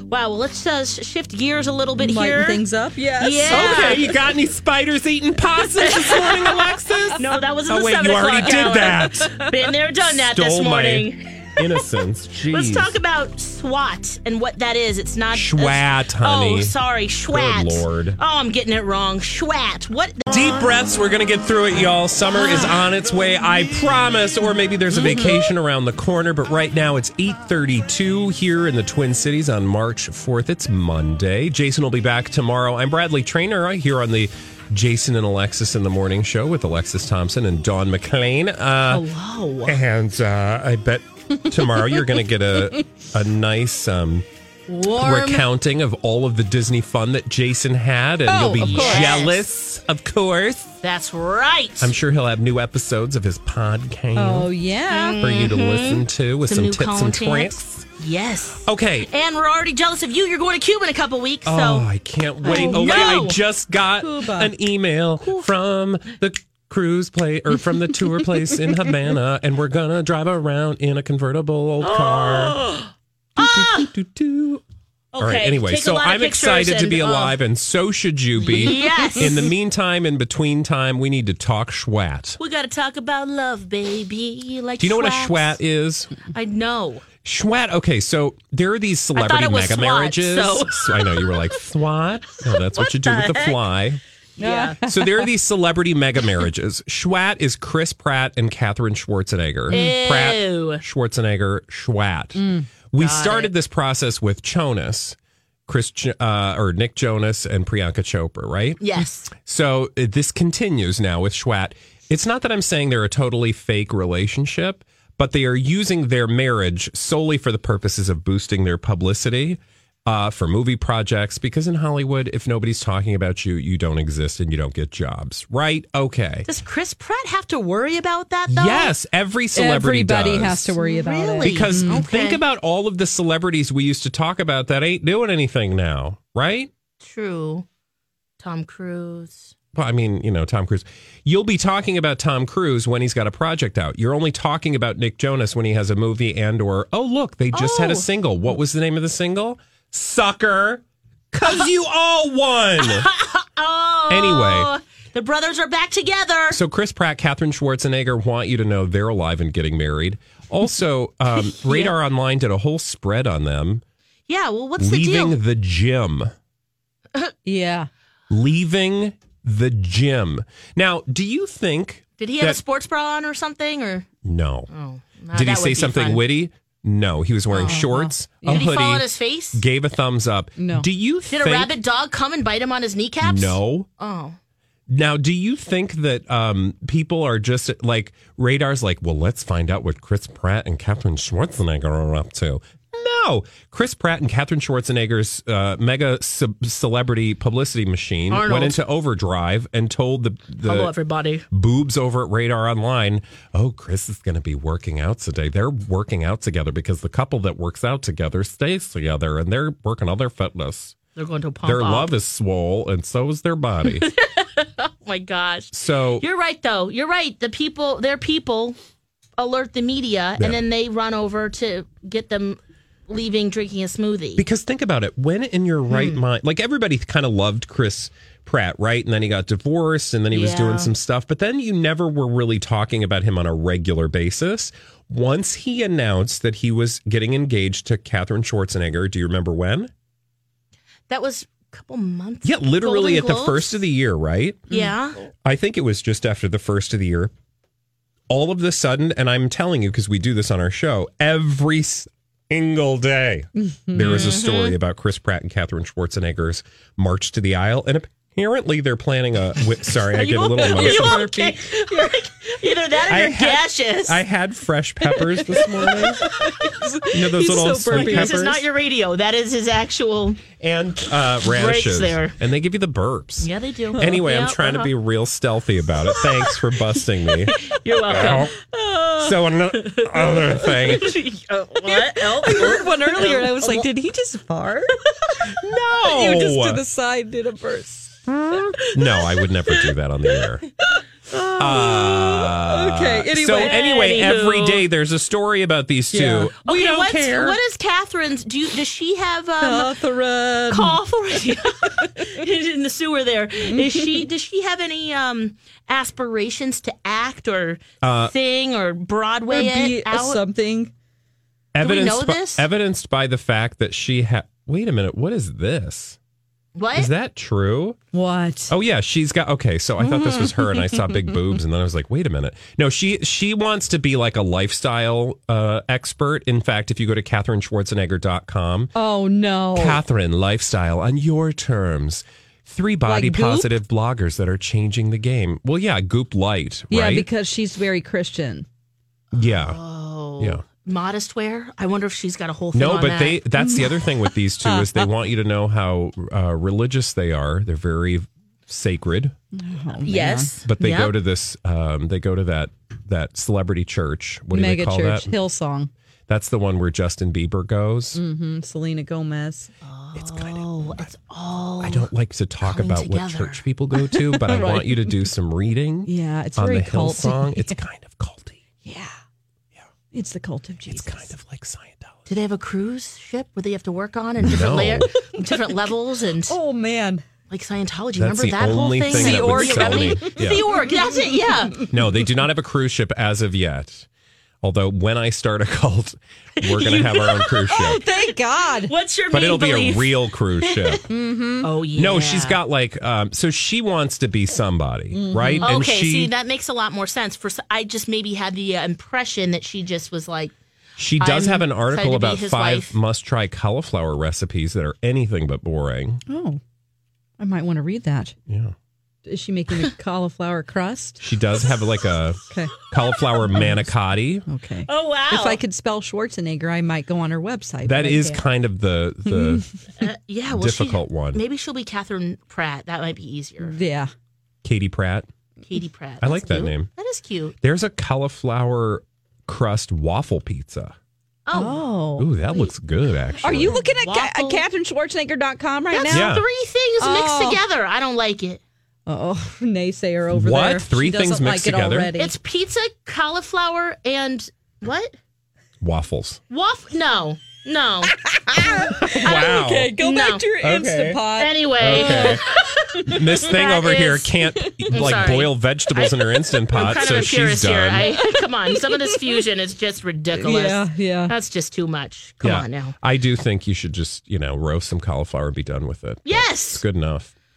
S7: Wow. Well, let's uh, sh- shift gears a little bit
S6: Lighten
S7: here.
S6: things up, yes.
S7: Yeah.
S5: Okay, you got any spiders eating possums this morning, Alexis?
S7: No, that was in
S5: Oh,
S7: the
S5: wait,
S7: seven
S5: you already
S7: o'clock
S5: did
S7: hour.
S5: that.
S7: Been there, done that
S5: Stole
S7: this morning.
S5: my innocence. Jeez.
S7: Let's talk about SWAT and what that is. It's not
S5: Schwat, honey.
S7: Oh, sorry, SWAT.
S5: lord.
S7: Oh, I'm getting it wrong. SWAT. What? the-
S5: Deep breaths. We're going to get through it, y'all. Summer is
S7: Ah.
S5: on its way, I promise. Or maybe there's a
S7: Mm-hmm.
S5: vacation around the corner, but right now it's 8:32 here in the Twin Cities on March 4th. It's Monday. Jason will be back tomorrow. I'm Bradley Trainer here on the Jason and Alexis in the Morning Show with Alexis Thompson and Dawn McLean. Uh,
S7: Hello.
S5: And uh, I bet tomorrow you're going to get a a nice um,
S7: Warm.
S5: recounting of all of the Disney fun that Jason had, and
S7: Oh,
S5: you'll
S7: of
S5: be
S7: course.
S5: jealous, of course.
S7: That's right.
S5: I'm sure he'll have new episodes of his podcast.
S7: Oh, yeah.
S5: For you to
S7: Mhm.
S5: listen to with
S7: Some
S5: some,
S7: new
S5: tips and
S7: content.
S5: tricks.
S7: Yes.
S5: Okay.
S7: And we're already jealous of you. You're going to Cuba in a couple weeks.
S5: Oh,
S7: so
S5: I can't wait.
S7: Oh,
S5: Oh, wait,
S7: no.
S5: I just got
S7: Cuba.
S5: an email from the cruise place or from the tour place in Havana, and we're gonna drive around in a convertible old car. All right.
S8: Okay,
S5: Anyway,
S8: take a
S5: so
S8: lot of
S5: I'm
S8: pictures
S5: excited to
S8: and,
S5: be
S8: um,
S5: alive, and so should you be.
S7: Yes.
S5: In the meantime, in between time, we need to talk schwat.
S7: we got to talk about love, baby. Like
S5: Do you know what a
S7: schwaps.
S5: schwat is?
S7: I know.
S5: Schwat. Okay, so there are these
S7: I thought
S5: celebrity
S7: it was
S5: mega
S7: swat,
S5: marriages.
S7: so-
S5: I know you were like swat. No, that's what,
S7: What
S5: you do
S7: the
S5: with the
S7: heck?
S5: fly.
S7: Yeah.
S5: so there are these celebrity mega marriages. Schwat is Chris Pratt and Katherine Schwarzenegger.
S8: Ew.
S5: Pratt, Schwarzenegger, Schwat.
S8: Mm,
S5: we
S8: got
S5: started this process with Jonas, Chris Jo- uh, or Nick Jonas and Priyanka Chopra, right?
S7: Yes.
S5: So uh, this continues now with Schwat. It's not that I'm saying they're a totally fake relationship, but they are using their marriage solely for the purposes of boosting their publicity uh, for movie projects. Because in Hollywood, if nobody's talking about you, you don't exist and you don't get jobs, right? Okay.
S7: Does Chris Pratt have to worry about that, though?
S5: Yes, every celebrity
S6: Everybody
S5: does.
S6: has to worry about it.
S7: Really?
S5: Because
S7: Mm. Okay.
S5: think about all of the celebrities we used to talk about that ain't doing anything now, right?
S7: True. Tom Cruise.
S5: Well, I mean, you know, Tom Cruise. You'll be talking about Tom Cruise when he's got a project out. You're only talking about Nick Jonas when he has a movie and or oh look, they just had a
S8: Oh.
S5: single. What was the name of the single? Sucker. Cause you all won.
S7: Oh.
S5: Anyway.
S7: The brothers are back together.
S5: So Chris Pratt, Katherine Schwarzenegger want you to know they're alive and getting married. Also, um, Radar Online did a whole spread on them
S7: yeah, well, what's the
S5: leaving
S7: deal?
S5: the gym.
S6: yeah.
S5: Leaving the gym. Now, do you think
S7: Did he have a
S5: that-
S7: sports bra on or something? Or
S5: No.
S7: Oh, nah,
S5: Did he
S7: that would
S5: say
S7: be
S5: something
S7: fun.
S5: witty? No, he was wearing shorts,
S7: Yeah.
S5: a
S7: Did he
S5: hoodie.
S7: fall on his face?
S5: Gave a thumbs up.
S7: No.
S5: Do you
S7: Did
S5: think
S7: a rabid dog come and bite him on his kneecaps?
S5: No.
S7: Oh.
S5: Now, do you think that um, people are just like radar's like, well, let's find out what Chris Pratt and Katherine Schwarzenegger are up to? No, Chris Pratt and Katherine Schwarzenegger's uh, mega sub- celebrity publicity machine
S7: Arnold.
S5: went into overdrive and told the, the
S7: Hello, everybody.
S5: boobs over at Radar Online, oh, Chris is going to be working out today. They're working out together because the couple that works out together stays together and they're working on their fitness.
S7: They're going to pump
S5: their
S7: up.
S5: love is swole and so is their body.
S7: Oh my gosh.
S5: So
S7: You're right though. You're right. The people, their people, alert the media,
S5: Yeah.
S7: and then they run over to get them leaving drinking a smoothie.
S5: Because think about it, when in
S7: Hmm.
S5: your right mind, like everybody kind of loved Chris Pratt, right? And then he got divorced and then he was
S8: Yeah.
S5: doing some stuff, but then you never were really talking about him on a regular basis. Once he announced that he was getting engaged to Katherine Schwarzenegger, do you remember when?
S7: that was a couple months.
S5: Yeah, literally
S7: Golden
S5: at the
S7: Globes?
S5: first of the year, right?
S7: Yeah.
S5: I think it was just after the first of the year. All of the sudden, and I'm telling you because we do this on our show every single day.
S7: Mm-hmm.
S5: There is a story about Chris Pratt and Katherine Schwarzenegger's march to the aisle, and apparently they're planning a. wi- Sorry, I
S7: Are
S5: get
S7: you-
S5: a little
S7: are you
S5: emotional.
S7: okay? You're like, Either that or
S5: I
S7: you're
S5: had-
S7: gaseous.
S5: I had fresh peppers this morning. You know those little sweet peppers
S7: This is not your radio. That is his actual.
S5: and uh, radishes,
S7: there.
S5: and they give you the burps.
S7: Yeah, they do.
S5: Anyway,
S7: Yeah,
S5: I'm trying
S7: uh-huh.
S5: to be real stealthy about it. Thanks for busting me.
S7: You're welcome.
S6: Uh,
S5: So another other thing.
S7: Uh, what else?
S6: I heard one earlier and I was like, did he just fart?
S5: no.
S6: You just to the side did a burst.
S5: No, I would never do that on the air.
S7: Oh,
S5: Uh,
S6: Okay,
S5: So
S6: anyway.
S5: anyway, every
S6: Anywho.
S5: day there's a story about these two.
S6: Yeah.
S5: We
S7: Okay,
S5: don't
S7: what's,
S5: care.
S7: What is Catherine's? Do you, does she have um,
S6: Catherine
S7: Catherine in the sewer? There is she. Does she have any um, aspirations to act or
S5: Uh,
S7: sing or Broadway
S6: Or be
S7: it out?
S6: something?
S5: evidenced,
S7: know
S5: by,
S7: this?
S5: evidenced by the fact that she had. Wait a minute. What is this?
S7: What?
S5: Is that true?
S6: What?
S5: Oh yeah, she's got okay, so I thought this was her and I saw big boobs and then I was like, "Wait a minute." No, she she wants to be like a lifestyle uh expert. In fact, if you go to katherineschwarzenegger.com,
S6: Oh no.
S5: Catherine lifestyle on your terms. Three body
S6: Goop?
S5: positive bloggers that are changing the game. Well, yeah, Goop Light,
S6: yeah,
S5: right?
S6: because she's very Christian.
S5: yeah.
S7: Oh,
S5: Yeah.
S7: modest wear. I wonder if she's got a whole thing.
S5: No,
S7: on
S5: but
S7: that.
S5: they that's the other thing with these two is they want you to know how uh, religious they are. They're very sacred.
S6: Oh,
S7: Yes.
S5: But they
S7: Yep.
S5: go to this. Um, they go to that that celebrity church. What do they
S6: Mega
S5: call
S6: church,
S5: that?
S6: Hillsong.
S5: That's the one where Justin Bieber goes.
S6: Mm-hmm. Selena Gomez.
S7: It's kind of. Oh, It's all.
S5: I don't like to talk
S7: Coming
S5: about what
S7: together.
S5: church people go to, but I
S6: Right.
S5: want you to do some reading.
S6: Yeah, it's
S5: on
S6: very
S5: the
S6: cult.
S5: Hillsong. It's kind of culty.
S6: It's the cult of Jesus. It's kind
S5: of like Scientology.
S7: Do they have a cruise ship where they have to work on and different
S5: No.
S7: layer, different levels and?
S6: Oh man,
S7: like Scientology.
S5: That's
S7: Remember
S5: the
S7: that whole
S5: only
S7: thing?
S5: thing that would sell me. Yeah.
S7: The org. That's it. Yeah.
S5: No, they do not have a cruise ship as of yet. Although when I start a cult, we're going to have our own cruise ship.
S6: Oh, Thank God. Mm-hmm.
S7: What's your
S5: But it'll be a real cruise ship.
S7: Oh yeah.
S5: No, she's got like um so she wants to be somebody, Mm-hmm. right?
S7: Mm-hmm. Okay,
S5: and she
S7: see that makes a lot more sense. For s- I just maybe had the uh, impression that she just was like,
S5: she does
S7: I'm
S5: have an
S7: excited to
S5: article
S7: be
S5: about
S7: his
S5: five
S7: wife.
S5: must try cauliflower recipes that are anything but boring.
S6: Oh, I might want to read that.
S5: Yeah.
S6: Is she making a cauliflower crust?
S5: She does have like a
S6: Okay.
S5: cauliflower manicotti.
S6: Okay.
S7: Oh wow.
S6: If I could spell Schwarzenegger, I might go on her website.
S5: That
S6: but I
S5: is
S6: can't. Mm-hmm.
S5: kind of the the
S7: uh, yeah, well,
S5: Difficult
S7: she,
S5: one.
S7: Maybe she'll be Catherine Pratt. That might be easier.
S6: Yeah.
S5: Katie Pratt.
S7: Katie Pratt.
S5: I like
S7: That's cute.
S5: that name.
S7: That is cute.
S5: There's a cauliflower crust waffle pizza.
S7: Oh,
S6: Oh.
S5: Ooh, that looks good actually.
S6: Are you looking at, ca- at
S7: Waffle.
S6: KatherineSchwarzenegger.com right
S7: that's
S6: now?
S5: Yeah.
S7: three things
S6: Oh.
S7: mixed together. I don't like it.
S6: Oh, naysayer over
S5: What?
S6: there.
S5: Three
S6: She doesn't
S5: things mixed
S6: like it
S5: together?
S6: already.
S7: It's pizza, cauliflower, and what?
S5: Waffles.
S7: Waffle? No, no.
S5: Wow.
S6: okay, go
S7: No.
S6: back to your
S5: Okay.
S6: Instapot.
S7: anyway,
S5: Okay. Miss Thing
S7: That
S5: over here
S7: is-
S5: can't like
S7: sorry.
S5: boil vegetables in her instant pot,
S7: kind
S5: so
S7: of a
S5: she's
S7: purist
S5: done.
S7: here. I, come on, some of this fusion is just ridiculous.
S6: Yeah, yeah.
S7: That's just too much. Come on now.
S5: I do think you should just, you know, roast some cauliflower and be done with it. It's
S7: Yes.
S5: good enough.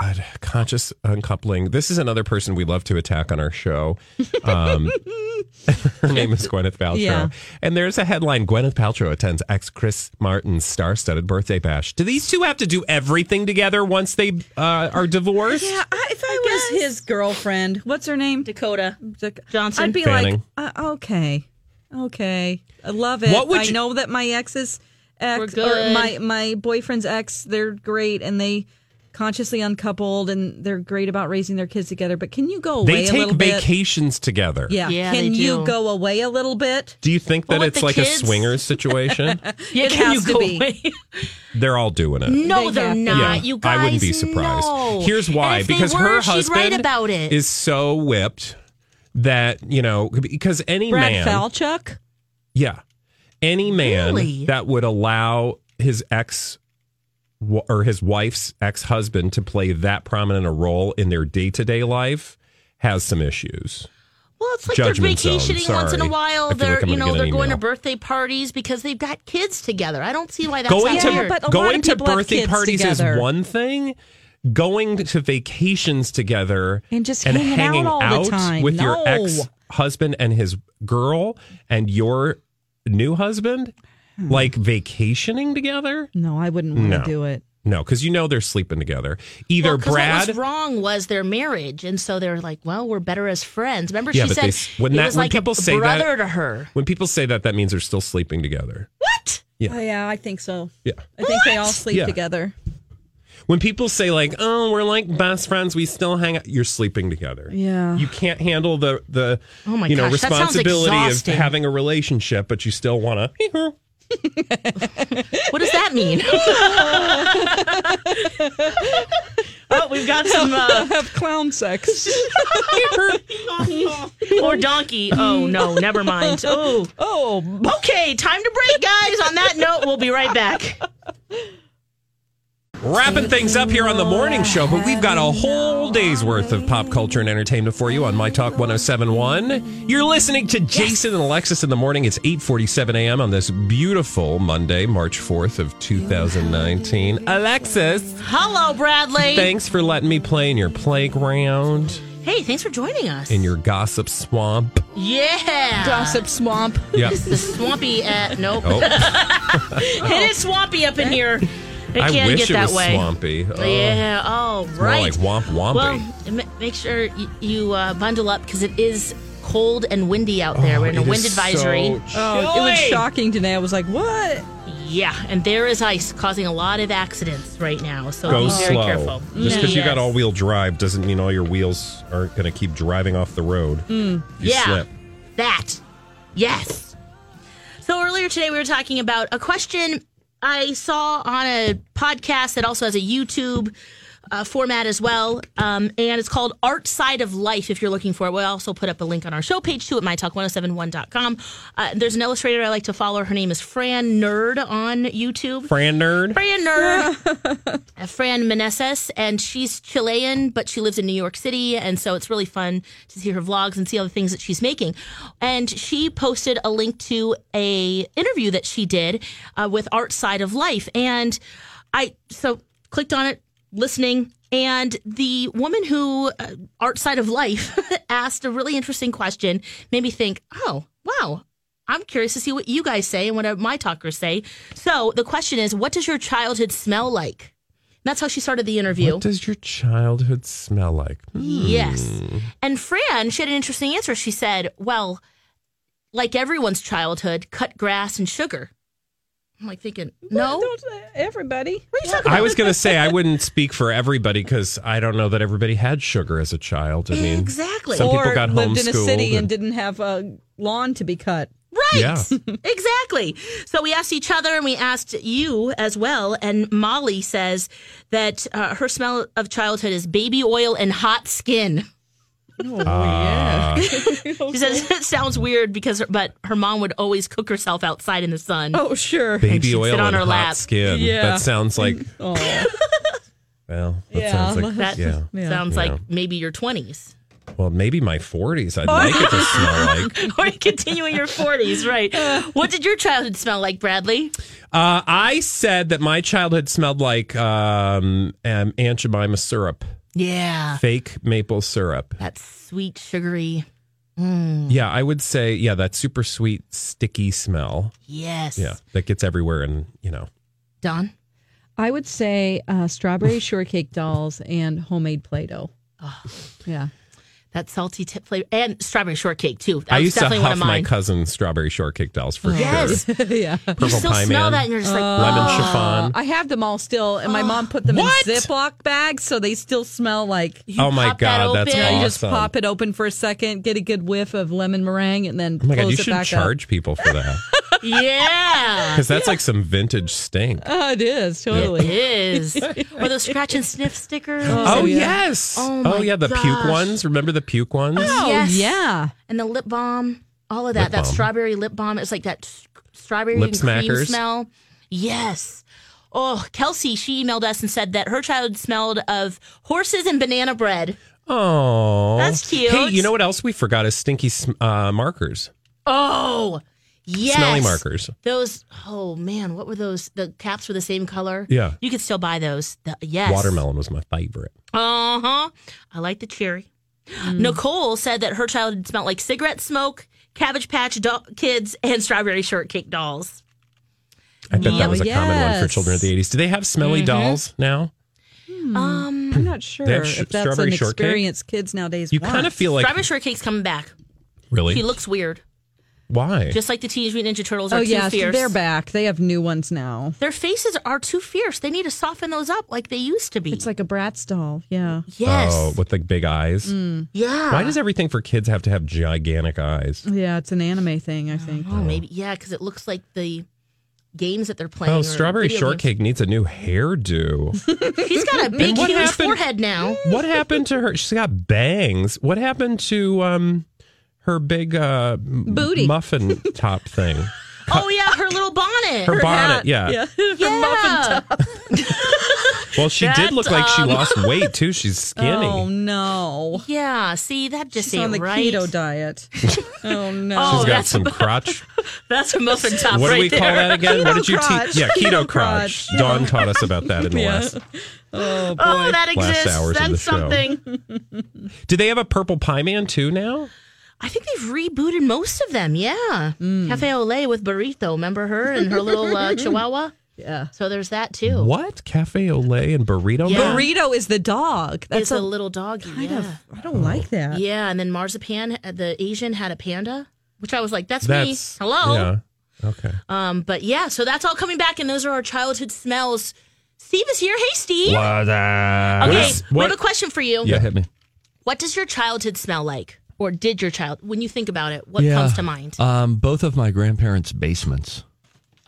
S5: God, conscious uncoupling. This is another person we love to attack on our show. Um, her name is Gwyneth Paltrow.
S6: Yeah.
S5: And there's a headline Gwyneth Paltrow attends ex Chris Martin's star studded birthday bash. Do these two have to do everything together once they uh, are divorced?
S6: Yeah, I, if I, was his girlfriend, what's her name?
S7: Dakota
S6: Johnson. I'd be
S5: Fanning.
S6: like, uh, okay, okay, I love it.
S5: What would
S6: I
S5: you-
S6: know that my ex's ex,
S7: We're good.
S6: or my my boyfriend's ex, they're great and they consciously uncoupled and they're great about raising their kids together. But can you go away
S5: They
S6: a
S5: take
S6: little bit?
S5: vacations together.
S6: Yeah,
S7: Yeah,
S6: can
S7: they
S6: you
S7: do.
S6: go away a little bit?
S5: Do you think
S6: But
S5: that
S6: with
S5: it's
S6: the
S5: like
S6: kids-
S5: a swingers situation?
S7: Yeah,
S6: It has to be.
S5: They're all doing it.
S7: No,
S6: They
S7: they are
S6: have to.
S7: not.
S5: Uh, Yeah,
S7: you guys,
S5: I wouldn't be surprised.
S7: no.
S5: Here's why:
S7: And if they
S5: because
S7: were,
S5: her
S7: she's right
S5: husband
S7: about it.
S5: is so whipped that you know because any
S6: Brad
S5: man,
S6: Falchuk.
S5: yeah, any man
S6: Really?
S5: that would allow his ex w- or his wife's ex husband to play that prominent a role in their day to day life has some issues.
S7: Well, it's like
S5: Judgment
S7: they're
S5: zone,
S7: vacationing once in a
S5: sorry. I
S7: while.
S5: feel
S7: They're
S5: like I'm
S7: you
S5: gonna
S7: know
S5: get
S7: they're
S5: an
S7: going to
S5: email.
S7: birthday parties because they've got kids together. I don't see why that's
S5: going
S7: not
S5: to
S7: weird.
S6: but a lot of
S5: going to
S6: people have
S5: birthday
S6: kids
S5: parties
S6: together.
S5: is one thing. Going to vacations together
S6: And just
S5: and
S6: hanging out
S5: hanging
S6: all the
S5: out
S6: time.
S5: with your
S6: No.
S5: ex husband and his girl and your new husband, like vacationing together.
S6: Hmm. No, I wouldn't want to
S5: No.
S6: do it.
S5: No, because you know they're sleeping together. Either
S7: Well, 'cause
S5: Brad,
S7: What was wrong was their marriage, and so they're like, "Well, we're better as friends." Remember,
S5: Yeah,
S7: she
S5: but
S7: said
S5: they- when
S7: it
S5: that-
S7: was
S5: when
S7: like
S5: people
S7: a
S5: say that-
S7: brother to her.
S5: when people say that, that means they're still sleeping together.
S7: What?
S5: Yeah.
S6: Oh, yeah, I think so.
S5: Yeah.
S6: I think they all sleep
S5: Yeah.
S6: together.
S5: When people say like, "Oh, we're like best friends, we still hang out," you're sleeping together.
S6: Yeah.
S5: you can't handle the the
S7: Oh my
S5: you know
S7: gosh, that sounds
S5: responsibility of
S7: exhausting.
S5: having a relationship, but you still want to
S7: what does that mean? oh, we've got some uh,
S6: have clown sex.
S7: or donkey. Oh no, never mind. Oh,
S6: oh.
S7: Okay, time to break, guys. On that note, we'll be right back.
S5: Wrapping things up here on the morning show, but we've got a whole day's worth of pop culture and entertainment for you on My Talk 1071. You're listening to Jason and Alexis in the morning. It's 8:47 a.m. on this beautiful Monday, March 4th of 2019. Alexis,
S7: Hello, Bradley.
S5: thanks for letting me play in your playground,
S7: Hey, thanks for joining us.
S5: in your gossip swamp.
S7: yeah.
S6: Gossip swamp.
S5: Yep.
S7: The swampy. Uh, nope.
S5: Oh.
S7: it is swampy up in here. It
S5: I
S7: can
S5: wish
S7: get
S5: it
S7: that
S5: was
S7: way.
S5: swampy. Oh,
S7: Yeah. Oh,
S5: it's more
S7: right.
S5: like womp wompy.
S7: Well, m- make sure you, you uh, bundle up because it is cold and windy out there. We're
S5: Oh,
S7: in a
S6: it
S7: wind
S6: is
S7: advisory.
S6: so Oh, it was
S7: Chilly.
S6: shocking today. I was like, what?
S7: Yeah, and there is ice causing a lot of accidents right now. So
S5: Go
S7: be very
S5: slow.
S7: careful. Mm.
S5: Just because you
S7: Yes.
S5: got all wheel drive doesn't mean all your wheels aren't going to keep driving off the road.
S7: Mm,
S5: You
S7: yeah.
S5: slip.
S7: That. Yes. So earlier today, we were talking about a question I saw on a podcast that also has a YouTube uh, format as well. Um, and it's called Art Side of Life if you're looking for it. We'll also put up a link on our show page too at mytalk1071.com. Uh, there's an illustrator I like to follow. Her name is Fran Nerd on YouTube.
S5: Fran nerd.
S7: Fran Nerd. Uh, Fran Meneses, and she's Chilean, but she lives in New York City. And so it's really fun to see her vlogs and see all the things that she's making. And she posted a link to a interview that she did uh, with Art Side of Life. And I so clicked on it, listening. And the woman who, uh, Art Side of Life, asked a really interesting question, made me think, oh, wow, I'm curious to see what you guys say and what my talkers say. So the question is, what does your childhood smell like? And that's how she started the interview.
S5: What does your childhood smell like? Hmm.
S7: Yes. And Fran, she had an interesting answer. She said, well, like everyone's childhood, cut grass and sugar. I'm like thinking, no.
S6: everybody.
S7: What are you talking about?
S5: I was going to say I wouldn't speak for everybody because I don't know that everybody had sugar as a child. I mean,
S7: Exactly.
S5: Some
S6: or
S5: people got
S6: lived in a
S5: homeschooled
S6: city and,
S5: and-
S6: didn't have a lawn to be cut.
S7: Right.
S5: Yeah.
S7: exactly. So we asked each other and we asked you as well. And Molly says that uh, her smell of childhood is baby oil and hot skin.
S6: Oh,
S5: Ah.
S7: She says it sounds weird because, her, but her mom would always cook herself outside in the sun.
S6: Oh, sure.
S7: And she'd
S5: baby oil
S7: sit on
S5: and
S7: her
S5: hot
S7: lap.
S5: skin.
S7: Yeah.
S5: That sounds like
S6: Oh,
S5: well. That
S7: Yeah.
S5: sounds like
S7: That
S5: yeah.
S7: sounds
S5: Yeah.
S7: like maybe your twenties,
S5: Well, maybe my 40s. I'd like it to smell like.
S7: or you continue in your forties, right? What did your childhood smell like, Bradley?
S5: Uh, I said that my childhood smelled like um, um, Aunt Jemima syrup,
S7: Yeah,
S5: fake maple syrup.
S7: that sweet, sugary. Mm.
S5: Yeah, I would say, yeah, that super sweet, sticky smell.
S7: Yes.
S5: Yeah, that gets everywhere and, you know.
S7: Don.
S6: I would say uh, strawberry shortcake dolls and homemade Play Doh. Yeah.
S7: That salty tip flavor and strawberry shortcake too. That
S5: I
S7: was
S5: used to
S7: definitely one
S5: huff
S7: of
S5: my
S7: mine.
S5: cousin's strawberry shortcake dolls for
S7: Yes.
S5: sure.
S6: yeah.
S5: Purple
S7: you still
S5: pie
S7: smell
S5: man,
S7: that and you're just like, Oh.
S5: lemon chiffon.
S6: I have them all still, and my mom put them in Ziploc bags, so they still smell like.
S5: oh my
S7: pop that
S5: god, that's
S7: open.
S6: Yeah,
S5: awesome!
S6: you just pop it open for a second, get a good whiff of lemon meringue, and then
S5: oh my god,
S6: close
S5: you
S6: it
S5: should
S6: back
S5: charge people for that
S7: yeah,
S5: because that's like some vintage stink.
S6: up. Oh, it is
S7: it
S6: totally.
S7: is. Or those scratch and sniff stickers.
S5: Oh,
S6: yeah.
S5: yes!
S7: Oh, my
S5: yeah, the puke
S7: gosh.
S5: ones. Remember the puke ones?
S6: Oh
S7: Yes.
S6: yeah.
S7: and the lip balm, all of that.
S5: Lip
S7: that
S5: balm.
S7: strawberry lip balm. It's like that s- strawberry
S5: Lip
S7: and cream
S5: smackers.
S7: smell. Yes. Oh, Kelsey, she emailed us and said that her child smelled of horses and banana bread.
S5: Oh,
S7: That's cute.
S5: Hey, you know what else we forgot is stinky sm- uh, markers,
S7: Oh, yes.
S5: smelly markers.
S7: Those, oh man, what were those? The caps were the same color.
S5: Yeah.
S7: You could still buy those. The- yes.
S5: Watermelon was my favorite.
S7: Uh huh. I like the cherry.
S6: Mm.
S7: Nicole said that her childhood smelled like cigarette smoke, Cabbage Patch do- kids, and strawberry shortcake dolls.
S5: I bet
S7: Oh,
S5: that was a common one for
S6: Yes.
S5: children of the '80s. Do they have smelly
S7: Mhm.
S5: dolls now?
S7: Um,
S6: Hmm. I'm not sure
S5: They have sh-
S6: if that's
S5: strawberry
S6: an
S5: shortcake?
S6: experience kids nowadays.
S5: You kind of feel like
S7: strawberry shortcake's coming back.
S5: really.
S7: He looks weird,
S5: Why?
S7: just like the Teenage Mutant Ninja Turtles are
S6: Oh
S7: too
S6: yeah,
S7: fierce.
S6: they're back. They have new ones now.
S7: Their faces are too fierce. They need to soften those up like they used to be.
S6: It's like a Bratz doll. Yeah.
S7: yes, Mm.
S5: Oh, with like big eyes.
S7: yeah.
S5: Oh. Why does everything for kids have to have gigantic eyes?
S6: Yeah, it's an anime thing. I think.
S7: oh, maybe yeah because it looks like the games that they're playing.
S5: Oh,
S7: or
S5: strawberry
S7: video
S5: shortcake needs a new hairdo.
S7: games. She's got a big,
S5: what
S7: huge
S5: happened-
S7: forehead now.
S5: what happened to her? She's got bangs. What happened to um her big uh m-
S7: Booty.
S5: muffin top thing?
S7: Oh yeah, her little bonnet.
S5: Her bonnet, yeah. Yeah.
S7: Her muffin top.
S5: Well, she
S7: That,
S5: did look like she
S7: um,
S5: lost weight too. She's skinny.
S6: Oh no.
S7: Yeah, see that just
S6: She's on
S7: ain't
S6: the
S7: right.
S6: keto diet. oh no.
S7: Oh,
S5: She's got
S7: that's
S5: some crotch.
S7: That's a muffin top.
S5: what do
S7: right
S5: we call
S7: there.
S5: that again? what did you teach? Yeah, keto, crotch.
S6: crotch.
S5: Dawn taught us about that in the
S6: Yeah.
S5: last.
S6: Oh boy.
S7: Oh, that
S5: Last
S7: exists.
S5: hours of
S7: That's
S5: the show.
S7: something.
S5: Do they have a purple pie man too now?
S7: I think they've rebooted most of them. Yeah, Cafe Olay with burrito. Remember her and her little uh, chihuahua. Yeah. So there's that too.
S5: What cafe au lait and burrito?
S7: Yeah.
S5: man?
S6: Burrito is the dog. That's
S7: It's a, little doggy. yeah.
S6: I don't like that.
S7: Yeah, and then marzipan, uh, the Asian had a panda, which I was like, "That's,
S5: That's
S7: me." Hello.
S5: Yeah. Okay.
S7: Um, but yeah, so that's all coming back, and those are our childhood smells. Steve is here. Hey, Steve. Okay, we have a question for you.
S5: Yeah, hit me.
S7: What does your childhood smell like, or did your child? When you think about it, what
S16: Yeah.
S7: comes to mind?
S16: Um, both of my grandparents' basements.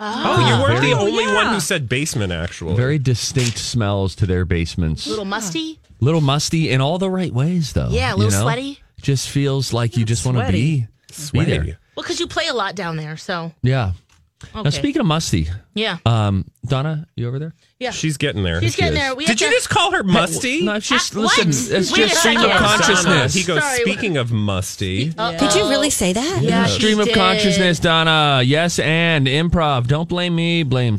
S5: Oh, you weren't the
S16: Very-
S5: only one who said basement, actually.
S16: Very distinct smells to their basements.
S7: little musty.
S16: Little musty in all the right ways, though.
S7: Yeah, a
S16: you
S7: little
S16: know?
S7: sweaty.
S16: Just feels like you just want to
S7: sweaty.
S16: be, be there.
S7: Well, because you play a lot down there, so
S16: Yeah.
S7: okay.
S16: Now, speaking of musty,
S7: Yeah.
S16: um, Donna, you over there?
S7: yeah,
S5: She's getting there.
S7: She's getting there. We have
S5: Did you
S7: to-
S5: just call her musty?
S16: No, it's just
S7: Uh, what?
S16: listen. It's
S7: Wait a
S16: just stream of
S7: second.
S16: consciousness.
S5: He goes,
S7: Sorry.
S5: speaking of musty.
S17: Did you really say that?
S7: Yeah, she
S16: Stream of
S7: did.
S16: consciousness, Donna. Yes, and improv. Don't blame me. Blame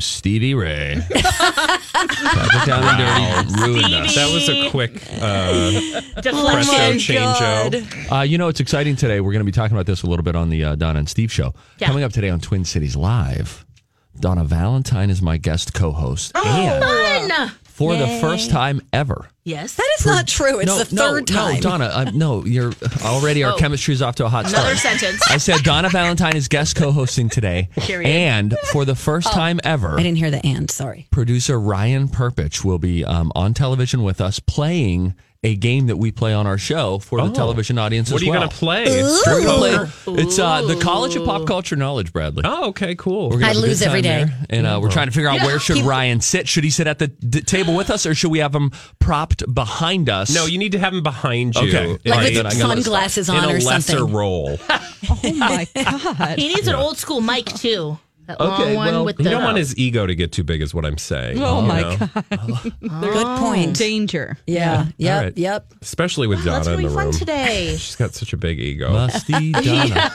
S16: Stevie Ray. Put down and dirty, ruined us.
S5: That was a quick uh,
S16: Oh
S7: Deflection.
S5: presto change-o.
S16: Uh, you know, it's exciting today. We're going to be talking about this a little bit on the uh, Donna and Steve show.
S7: Yeah.
S16: Coming up today on Twin Cities Live, Donna Valentine is my guest co host. and
S7: Fun.
S16: for
S7: Oh, Yay.
S16: the first time ever.
S7: Yes,
S17: that is not true. It's
S16: no,
S17: the
S16: no,
S17: third time.
S16: No, Donna, uh, no, you're already our
S17: Oh.
S16: chemistry's off to a hot
S17: Another
S16: start.
S17: sentence.
S16: I said Donna Valentine is guest co hosting today.
S17: Period.
S16: And for the
S17: Oh.
S16: first time ever,
S17: I didn't hear the and. Sorry.
S16: producer Ryan Perpich will be um, on television with us playing a game that we play on our show for
S5: Oh.
S16: the television audience
S5: What
S16: as
S5: are you
S16: well.
S5: gonna play?
S16: We're
S5: Strip
S16: gonna play-
S5: poker?
S16: It's uh, the College of Pop Culture Knowledge, Bradley.
S5: Oh, okay, cool.
S16: We're gonna
S17: I
S16: have a good
S17: lose every
S16: time
S17: day.
S16: there. and uh, we're trying to figure out where should Ryan sit. Should he sit at the d- table with us, or should we have him propped behind us?
S5: No, you need to have him behind you.
S16: Okay.
S5: in
S16: Like
S5: a-
S16: with
S5: in a-
S17: sunglasses
S5: in
S17: on
S5: a
S17: or
S5: lesser
S17: something.
S5: role.
S6: Oh my god.
S7: He needs an old school mic too. That long one with the.
S5: you don't want his ego to get too big, is what I'm saying.
S6: Oh,
S5: you
S6: my
S5: know?
S17: Good
S7: Oh.
S17: point.
S6: Danger.
S17: Yeah.
S5: All
S17: Yep.
S5: right.
S17: Yep.
S5: Especially with
S7: That's gonna
S5: Donna in
S7: be
S5: the
S7: fun
S5: room.
S7: today.
S5: She's got such a big ego.
S16: Musty Donna.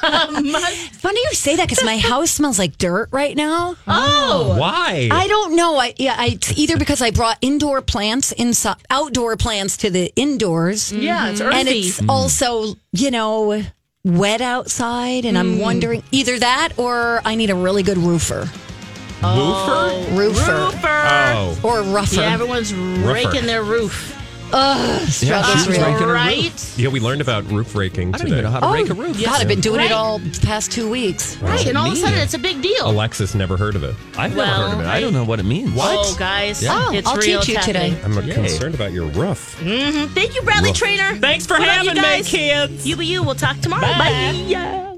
S17: Funny you say that because my house smells like dirt right now.
S7: oh,
S5: Why?
S17: I don't know. I yeah. I it's either because I brought indoor plants inside, outdoor plants to the indoors.
S7: Mm-hmm. Yeah, it's
S17: And
S7: earthy.
S17: it's also you know wet outside, and
S7: Mm.
S17: I'm wondering either that or I need a really good roofer,
S5: Woofer?
S17: roofer,
S5: Oh.
S17: or rougher.
S7: yeah, everyone's raking their roof.
S17: Ugh,
S16: Yeah,
S17: struggle
S16: she's
S17: through.
S16: raking her roof.
S7: Right? Oh,
S5: Yeah, we learned about roof raking
S16: I don't
S5: today.
S16: even know how to rake a roof.
S17: Oh, God, I've been doing
S7: Right.
S17: it all the past two weeks.
S7: Right, and all of a sudden it's a big deal.
S5: Alexis never heard of it.
S16: I've
S7: Well,
S16: never heard of it. I don't know what it means.
S7: Oh, guys,
S16: Yeah.
S17: Oh,
S7: it's
S17: I'll
S7: real
S17: teach you
S7: it's
S17: today.
S7: happening.
S5: I'm
S16: Yay.
S5: concerned about your roof.
S7: Mhm. Thank you, Bradley
S5: Woof.
S7: Trainer. Thanks for having me, kids. You be you. We'll talk tomorrow. Bye.